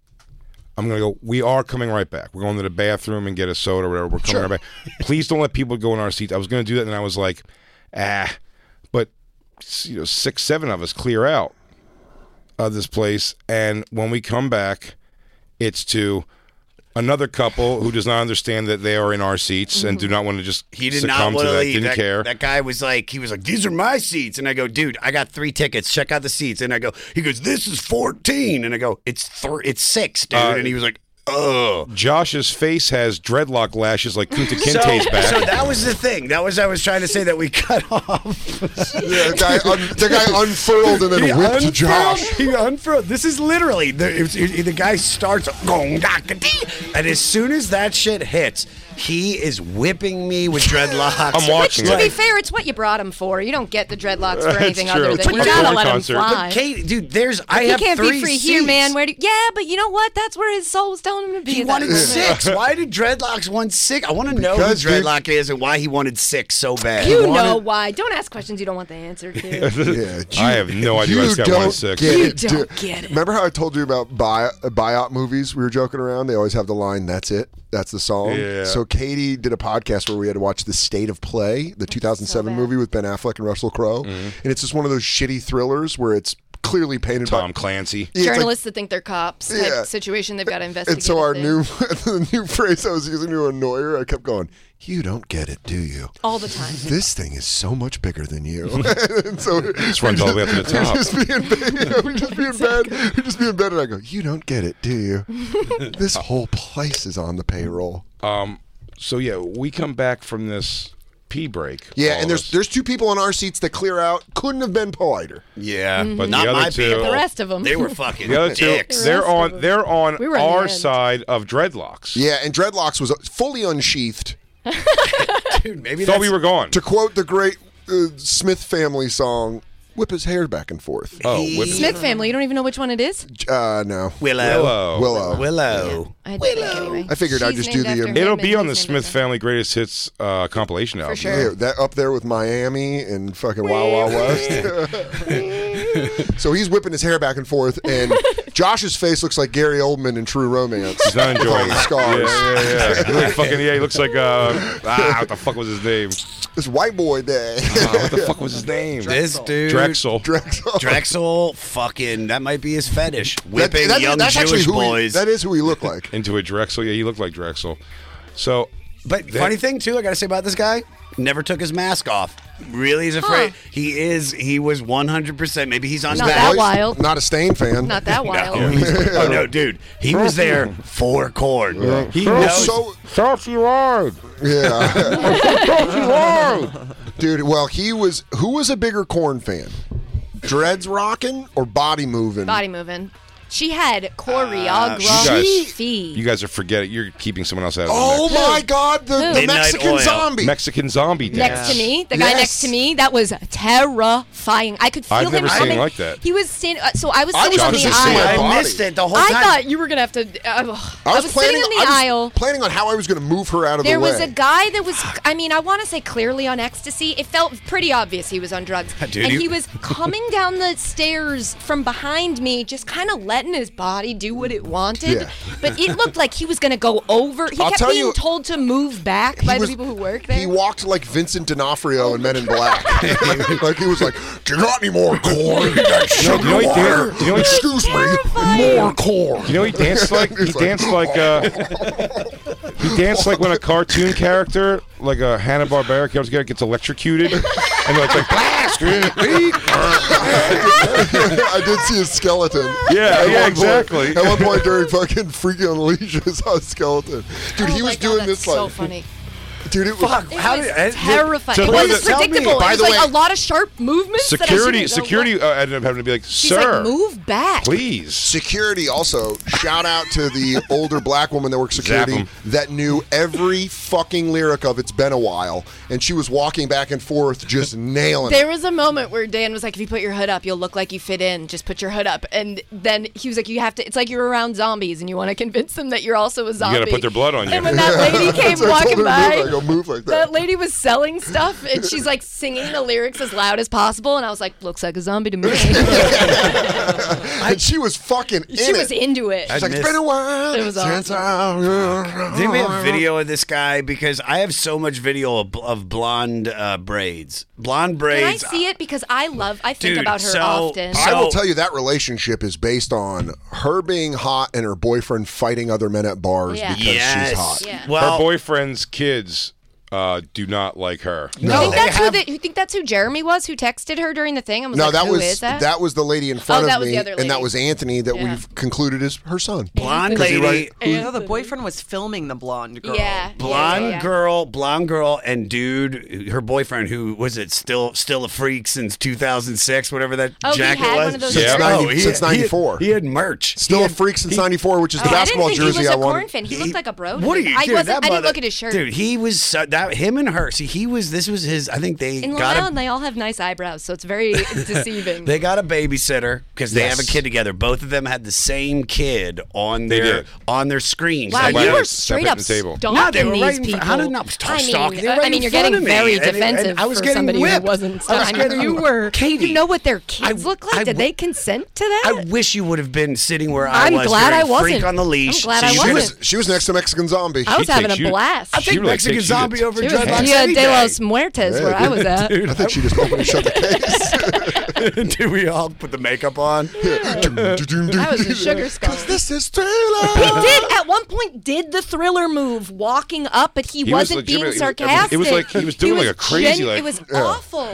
E: I'm going to go, we are coming right back. We're going to the bathroom and get a soda or whatever. We're coming right back. Please don't let people go in our seats. I was going to do that, and I was like, ah. But, s- you know, six, seven of us clear out of this place. And when we come back, it's to another couple who does not understand that they are in our seats and do not want to just
G: He did not
E: succumb
G: want
E: to
G: to
E: that,
G: leave.
E: didn't
G: that,
E: care.
G: that guy was like, he was like, these are my seats. And I go, dude, I got three tickets. Check out the seats. And I go, he goes, this is 14. And I go, it's three, it's six, dude.
E: Uh,
G: and he was like, oh.
E: Josh's face has dreadlock lashes like Kunta
G: So,
E: Kinte's back.
G: so that was the thing. That was I was trying to say that we cut off.
D: Yeah, the, guy un- the guy unfurled and then whipped
G: unfurled-
D: Josh.
G: He unfurled. This is literally the, it was- it- the guy starts going "Gong-da-ka-dee," and as soon as that shit hits, he is whipping me with dreadlocks.
E: I'm watching
H: Which, to
E: it.
H: be fair, it's what you brought him for. You don't get the dreadlocks for
E: That's
H: anything
E: true.
H: other
E: But
H: than
E: you
H: you gotta
E: gotta
H: let him
E: concert. But
H: fly.
G: Kate, dude, there's I
H: he
G: have
H: can't
G: three
H: be free here, man.
G: seats.
H: Where do yeah, but you know what? That's where his soul was telling him to be.
G: He
H: That
G: wanted
H: moment.
G: six. Why did dreadlocks want six? I want to know
D: Because,
G: who
D: dude-
G: dreadlock is and why he wanted six so bad.
H: You
G: He wanted-
H: know why? Don't ask questions you don't want the answer to.
D: Yeah,
E: I have no idea why
D: you
E: this guy
D: don't
E: wanted six.
D: Get
H: You
D: it, dude.
H: don't get it.
D: Remember how I told you about buy, uh, buyout movies? We were joking around. They always have the line, "That's it, that's the song."
E: Yeah.
D: So Katie did a podcast where we had to watch the State of Play, the 2007
H: bad.
D: movie with Ben Affleck and Russell Crowe,
E: Mm-hmm.
D: and it's just one of those shitty thrillers where it's clearly painted by
E: Tom Clancy.
D: Yeah, it's like-
H: Journalists that think they're cops type
D: Yeah.
H: situation. They've got to investigate.
D: and so our
H: the
D: new the new phrase I was using to annoy her, I kept going, "You don't get it, do you?"
H: all the time.
D: This thing is so much bigger than you. and so just
E: runs all the way up to the top.
D: Just being bad. We just being bad. We just being bad. And I go, you don't get it, do you? this whole place is on the payroll.
E: So yeah, we come back from this pee break.
D: Yeah,
E: all
D: and
E: of
D: there's
E: us.
D: there's two people in our seats that clear out. Couldn't have been politer.
G: yeah,
E: But
G: not
E: the other
G: my
E: two-
G: people.
H: Mm-hmm. The rest of them.
G: They were fucking
E: the other two.
G: dicks.
E: They're on. They're on
H: We were on the
E: our
H: end.
E: side of dreadlocks.
D: Yeah, and dreadlocks was uh, fully unsheathed.
G: Dude, maybe
E: thought
G: that's,
E: we were gone.
D: To quote the great uh, Smith family song, "Whip his hair back and forth."
E: oh, whip it.
H: Smith family. You don't even know which one it is.
D: Uh, no,
G: Willow.
E: Willow.
D: Willow.
G: Willow.
H: I had to think anyway.
D: I figured I'd
H: She's
D: just do
H: named
D: the-
H: after him,
E: It'll
H: and
E: be on the
H: he's named
E: Smith
H: after her.
E: Family Greatest Hits uh, compilation album.
H: sure.
D: Yeah, that up there with Miami and fucking Wild Wild West. so he's whipping his hair back and forth, and Josh's face looks like Gary Oldman in True Romance.
E: He's not
D: With all
E: enjoying
D: the
E: it.
D: scars.
E: Yeah, yeah, yeah. He looks fucking yeah. He looks like uh, ah, what the fuck was his name?
D: It's white boy day.
E: Ah, what the fuck was his name?
G: This dude.
E: Drexel.
D: Drexel.
G: Drexel, fucking, that might be his fetish. Whipping
D: That- that-
G: young
D: that's actually
G: Jewish
D: who he-
G: boys.
D: that is who he looked like.
E: Into a Drexel. Yeah, he looked like Drexel. So,
G: But funny thing too, I gotta say about this guy, never took his mask off. Really is afraid.
H: Huh.
G: He is. He was 100. percent Maybe he's on
H: Not
G: his
H: that
G: back.
D: Boys,
H: wild.
D: Not a Stain fan.
H: Not that
G: No,
H: wild.
G: he's- oh no, dude, he was there for corn. He
D: Well,
G: knows.
D: so
E: Salty Road.
D: yeah,
E: Salty Road.
D: dude. Well, he was. Who was a bigger corn fan? Dreads rocking or body moving?
H: Body moving. She had
E: you
G: Uh,
H: choreography.
E: guys- You guys are forgetting. You're keeping someone else out of the
D: Oh
E: mix.
D: my God! The, the
H: Midnight
D: Mexican
G: oil.
D: zombie.
E: Mexican zombie dance.
H: next to me, the guy
D: Yes.
H: next to me, that was terrifying. I could feel
E: I've
H: him
E: never seen
H: coming.
E: like that.
H: He was standing. Uh, so I was
D: I
H: sitting
D: thought
H: on
D: it was
H: the
D: just seeing
H: aisle.
D: a
G: I
D: body.
G: missed it the whole
H: I
G: time.
H: thought you were gonna have to. Uh, ugh. I
D: planning,
H: was, sitting in
D: I
H: the
D: was
H: aisle.
D: planning on how I was going to move her out of
H: There
D: the way.
H: was a guy that was, I mean, I want to say clearly on ecstasy. It felt pretty obvious he was on drugs.
G: Dude,
H: and
G: you-
H: he was coming down the stairs from behind me, just kind of letting his body do what it wanted.
D: Yeah.
H: But it looked like he was going to go over. He
D: I'll
H: kept
D: tell
H: being
D: you-
H: told to move back by
D: was-
H: the people who work
D: He
H: there. Oh
D: walked like Vincent D'Onofrio in Men in Black. like he was like, "Do not any more corn, that sugar
E: you know he did-
D: water.
E: you know he-
D: Excuse me,
H: Terrifying.
D: more corn."
E: You know, he danced like he
D: He's like,
E: danced like uh, he danced like when a cartoon character, like a Hanna Barbera character, gets electrocuted, and like like blast.
D: I did see his skeleton.
E: Yeah,
D: At
E: yeah,
D: one
E: exactly.
D: Point, at one point during fucking Freaky Unleashed, I saw a skeleton. Dude,
H: Oh
D: he
H: my
D: was
H: God,
D: doing
H: that's
D: this
H: so
D: like,
H: funny.
D: dude, it was.
G: Fuck.
H: It
G: how
H: was
G: did, I- did-
H: terrifying.
E: So
H: it
E: by
H: was
E: the-
H: predictable.
D: by
H: It was
D: the
H: like
D: way-
H: a lot of sharp movements. that I
E: Security,
H: shouldn't go
E: security
H: with.
E: uh, ended up having to be like,
H: She's
E: sir,
H: like, move back.
E: please.
D: Security also, shout out to the older black woman that works security
E: 'em.
D: that knew every fucking lyric of It's Been a While, and she was walking back and forth just nailing
H: There
D: it.
H: was a moment where Dan was like, "If you put your hood up, you'll look like you fit in. Just put your hood up." And then he was like, "You have to. It's like you're around zombies, and you want to convince them that you're also a zombie.
E: put their blood on you.
H: And when that lady came
D: So I told her to
H: walking
D: move.
H: by,
D: I go, don't move like that.
H: That lady was selling stuff and she's like singing the lyrics as loud as possible. And I was like, looks like a zombie to me.
D: and she was fucking in
H: she
D: it.
H: was into it.
D: She's like, it's been a while.
H: It was
D: since I-
G: Does anybody
D: Oh.
G: have video of this guy? Because I have so much video of, of blonde uh, braids. Blonde
H: Can I
G: braids.
H: see it? Because I love, I think
G: Dude,
H: about her
G: so-
H: often.
G: so-
D: I will tell you that relationship is based on her being hot and her boyfriend fighting other men at bars
H: Yeah.
D: because
G: yes.
D: she's hot.
H: Yeah.
E: her
G: Well,
E: boyfriend's kids uh, do not like her.
H: you
D: No,
H: think that's
G: have-
H: who the, you think that's who Jeremy was who texted her during the thing? I was
D: no,
H: like,
D: that
H: who
D: was
H: is
D: that?
H: that? Oh,
D: was the lady in front
H: that
D: of
H: was
D: me,
H: the other
D: and that
H: lady.
D: was Anthony that
H: Yeah.
D: we've concluded is her son.
G: blonde lady.
J: You know, the boyfriend was filming the blonde girl.
H: yeah,
G: blonde
H: yeah, yeah, yeah.
G: girl, blonde girl, and dude, her boyfriend, who was it still still a freak since 2006, whatever that
H: Oh, he
G: jacket
H: had
G: was.
H: one of those
D: Since
E: Yeah.
D: ninety-
G: Oh, he-
D: since
G: he-
D: '94.
G: He, had merch.
D: Still
G: He
D: a
G: had-
D: freak since '94, which is the
H: Oh,
D: basketball
H: I didn't think
D: jersey
H: he was
D: I
H: a corn
D: won.
H: fan. He looked like a bro. to
G: Oh, What are
H: me.
G: you?
H: I
G: dude,
H: wasn't.
G: that
H: I didn't
G: mother-
H: look at his shirt.
G: Dude, he was so, that him and her. See, he was. This was his. I think they
H: In Long
G: got a
H: Island, they all have nice eyebrows, so it's very deceiving.
G: They got a babysitter because they have a
D: Yes.
G: kid together. Both of them had the same kid on
E: They
G: their
E: did.
G: on their screen.
H: Wow,
E: Somebody
H: you
E: had
H: were
E: a
H: straight
E: separate
H: up
E: table.
H: stalking
G: No, they were
H: these
G: right in
H: people.
G: fr- how did not
H: I mean,
G: stalk? They were
H: uh,
G: right
H: I mean,
G: in
H: you're
G: front
H: getting
G: of me.
H: very
G: And- and- and
H: defensive
G: I was
H: for
G: getting
H: somebody
G: whipped.
H: who wasn't.
G: I was
H: stalking
G: getting
H: you were.
G: whipped. Katie,
H: you know what their
G: I-
H: kids look like?
G: I
H: Did
G: w-
H: they consent to
G: I
H: that?
G: wish you would have been sitting where I
H: I'm
G: was.
H: glad
G: during
H: I wasn't.
G: Freak on the
H: I'm
G: leash.
H: glad I
G: you
D: She
H: wasn't.
D: was she was next to Mexican Zombie.
H: I was
E: She
H: having
E: thinks
H: a
E: you-
H: blast.
G: I
E: She
G: think
E: really
G: Mexican
E: thinks you
G: zombie
E: did.
G: over
H: It was
G: dreadlocks
H: Dia
G: any
H: de
G: day.
H: los Muertos where I was at.
D: I think she just opened and shut the case.
G: Do we all put the makeup on?
H: I was a sugar skull.
D: this is
H: He
D: Thriller.
H: did at one point did the thriller move walking up, but he,
E: He was
H: wasn't being
E: legitimate- it was-
H: sarcastic.
E: it was like he was doing like a crazy, like-
H: it was
E: Yeah.
H: awful.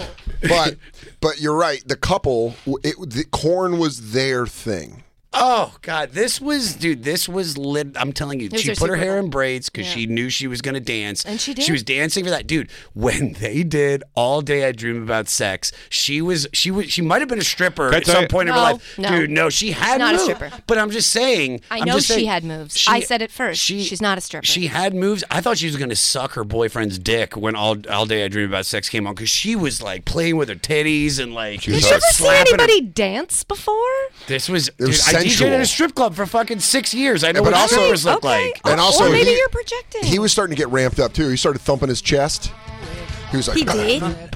D: but but you're right. The couple, it, the corn was their thing.
G: Oh God, this was dude. This was lit. I'm telling you,
H: was
G: she
H: her
G: put her
H: Super
G: hair
H: Bowl.
G: in braids because she knew she was gonna dance,
H: And she did.
G: She was dancing for that dude. When they did all day, I dream about sex. She was she was she might have been a stripper
E: Can I
G: at
E: tell
G: some
E: you-
G: point in
H: No,
G: her life,
H: no.
G: dude. No, she had
H: not a
G: moves.
H: stripper.
G: But I'm just saying.
H: I
G: I'm
H: know
G: just
H: she
G: saying-
H: had moves. I said it first. She's not a stripper.
G: She had moves. I thought she was gonna suck her boyfriend's dick when all all day I dream about sex came on because she was like playing with her titties and like
E: She was uh, She's
H: Did you ever
E: hot.
H: see
G: slapping her-
H: anybody dance before?
E: Oh,
G: this was,
D: It was
G: dude, I DJed at
D: sensual.
G: a strip club for fucking six years. I know
D: But
G: what
D: also-
G: strippers look
H: okay.
G: like.
D: And
H: Or-
D: also
H: or maybe
D: he-
H: you're projecting.
D: He was starting to get ramped up too. He started thumping his chest. He was like,
H: He did.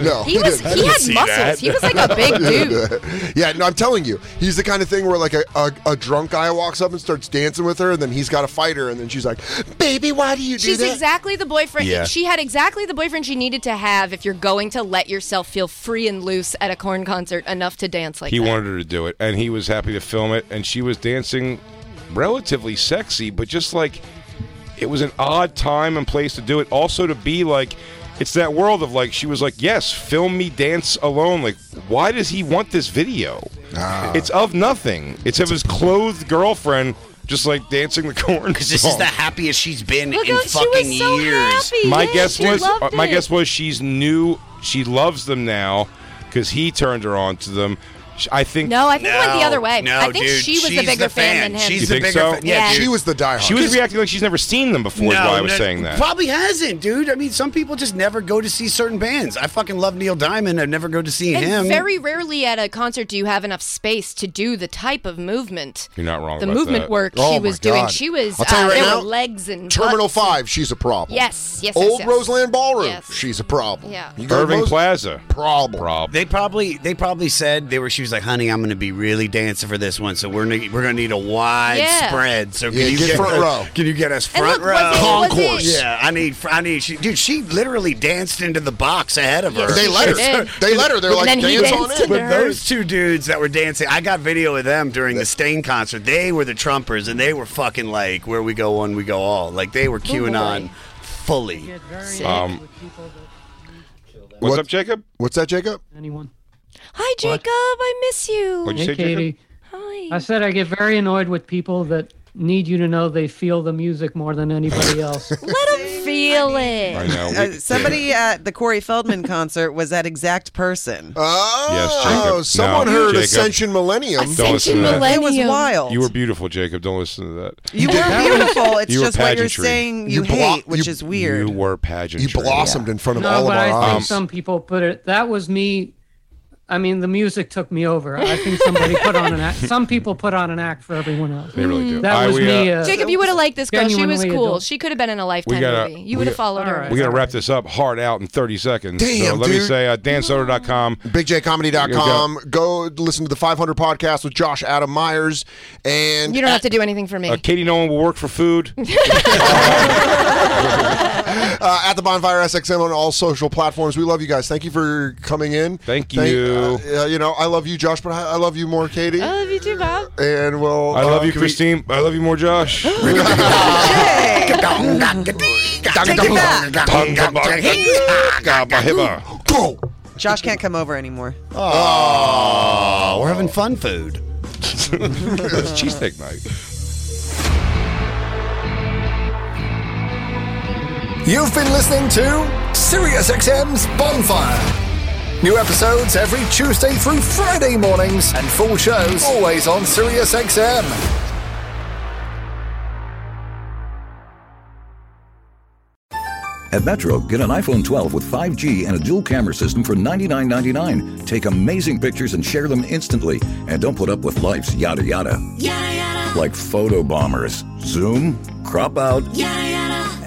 D: No,
H: He was.
D: didn't.
H: He had
G: see
H: muscles.
G: that.
H: He was like a big dude.
D: yeah, no, I'm telling you, he's the kind of thing where like a, a, a drunk guy walks up and starts dancing with her, and then he's got to fight her, and then she's like, "Baby, why do you do
H: She's
D: that?"
H: exactly the boyfriend.
E: Yeah.
H: She had exactly the boyfriend she needed to have if you're going to let yourself feel free and loose at a corn concert enough to dance like
E: He
H: that.
E: wanted her to do it, and he was happy to film it, and she was dancing relatively sexy, but just like it was an odd time and place to do it. Also, to be like, it's that world of like, she was like, yes, film me dance alone. Like, why does he want this video? It's of nothing. It's of his clothed girlfriend just like dancing the corn.
G: Because this is the happiest she's been
H: Look
G: in
H: out, she
G: fucking
H: was so
G: years.
H: happy.
E: My
H: Yeah,
E: guess
H: she
E: was uh,
H: loved
E: my
H: it.
E: guess was she's new. She loves them now because he turned her on to them. Sh- I think
H: No, I think it went the
G: No,
H: other way.
G: no,
H: I think
G: dude,
H: she was
G: she's
H: the bigger fan. than him.
G: She's
E: You
G: the
E: think
G: bigger
E: so?
G: fan. Yeah,
H: Yeah.
G: dude.
D: she was the diehard.
E: she was reacting like she's never seen them before. is why I was
G: no,
E: saying that.
G: Probably hasn't, dude. I mean, some people just never go to see certain bands. I fucking love Neil Diamond. I never go to see
H: And
G: him.
H: very rarely at a concert do you have enough space to do the type of movement.
E: You're not wrong
H: The
E: about
H: movement
E: that.
H: work
D: Oh my
H: she was doing.
D: God.
H: She was.
D: I'll tell you
H: uh,
D: right
H: there
D: now,
H: were legs and
D: Terminal
H: butts and-
D: Five. She's a problem.
H: Yes, yes, yes,
D: Old
H: yes.
D: Roseland Ballroom.
H: Yes.
D: She's a problem.
H: Yeah.
D: You go to
E: Irving
D: Rose-
E: Plaza.
D: Problem.
E: Prob.
G: They probably they probably said they were. She was like, "Honey, I'm going to be really dancing for this one, so we're gonna, we're going to need a wide
H: Yeah.
G: spread. So can
D: Yeah,
G: you
D: get front
G: us-
D: row.
G: Can you get us
H: And
G: front
H: look,
G: row?
H: was it- was
D: Concourse.
H: it-
G: Yeah, I need I need. She, dude, she literally danced into the box ahead of her.
H: Yes,
D: They let her.
H: She did.
D: They let her. They're
H: And
D: like,
H: then he
D: dance on
H: danced
D: it.
H: to
G: But those two dudes that were dancing, I got video of them during the Stain concert. They were the trumpers, and they were fucking like, "Where we go one, we go all." Like they were queuing
H: Oh, boy.
G: on fully.
E: Um, what's
D: What-
E: up, Jacob?
D: What's that, Jacob?
H: Hi, Jacob. I miss you.
E: What'd you say, Jacob?
H: Hi.
K: said I get very annoyed with people that need you to know they feel the music more than anybody else.
H: Let him feel it.
E: I know.
J: Uh,
E: we-
J: somebody at the Corey Feldman concert was that exact person.
D: Oh,
E: Jacob.
D: someone
E: No,
D: heard
E: Jacob.
D: Ascension Millennium.
E: Don't listen to that.
J: It was wild.
E: You were beautiful, Jacob. Don't listen to that.
J: You were beautiful. It's
E: You were
J: just what you're
E: pageantry.
J: saying
D: You
J: you,
D: blo-
J: hate, which
D: you-
J: is weird.
E: You were pageantry.
D: You blossomed in front of
K: no,
D: all of
K: but
D: our
K: I think
D: eyes.
K: some people put it. That was me.
L: I mean, the music took me over. I think somebody put on an act. Some people put on an act for everyone else.
E: They really do.
L: That
E: All
L: was
E: right, we, uh,
L: me. Uh,
M: Jacob, you would have liked this girl. She was
L: genuinely
M: cool.
L: adult.
M: She could have been in a
E: We
M: lifetime
E: gotta,
M: movie. You
E: we
M: would have
E: got-
M: followed
L: uh,
M: her.
E: We got to wrap this up hard out in 30 seconds. so
D: Damn,
E: let me
D: dude.
E: say uh, dansoder.com.
D: BigJComedy.com. Go listen to the 500 podcast with Josh Adam Myers. And
M: You don't have to do anything for me.
E: Uh, Katie Nolan will work for food.
D: uh, at the Bonfire SXM on all social platforms. We love you guys. Thank you for coming in.
E: Thank
D: you. uh, you know, I love you, Josh, but I, I love you more, Katie.
M: I love you too, Bob.
D: And well,
E: I love
D: uh,
E: you,
D: can we-
E: Christine. I love you more, Josh.
D: Go.
A: Josh can't come over anymore.
N: Oh, we're having fun food.
E: it's cheesesteak night.
B: You've been listening to SiriusXM's Bonfire. New episodes every Tuesday through Friday mornings, and full shows always on SiriusXM.
G: At Metro, get an iPhone 12 with 5G and a dual camera system for $99.99. Take amazing pictures and share them instantly. And don't put up with life's yada yada. Yada yada. Like photo bombers. Zoom, crop out. Yada yada.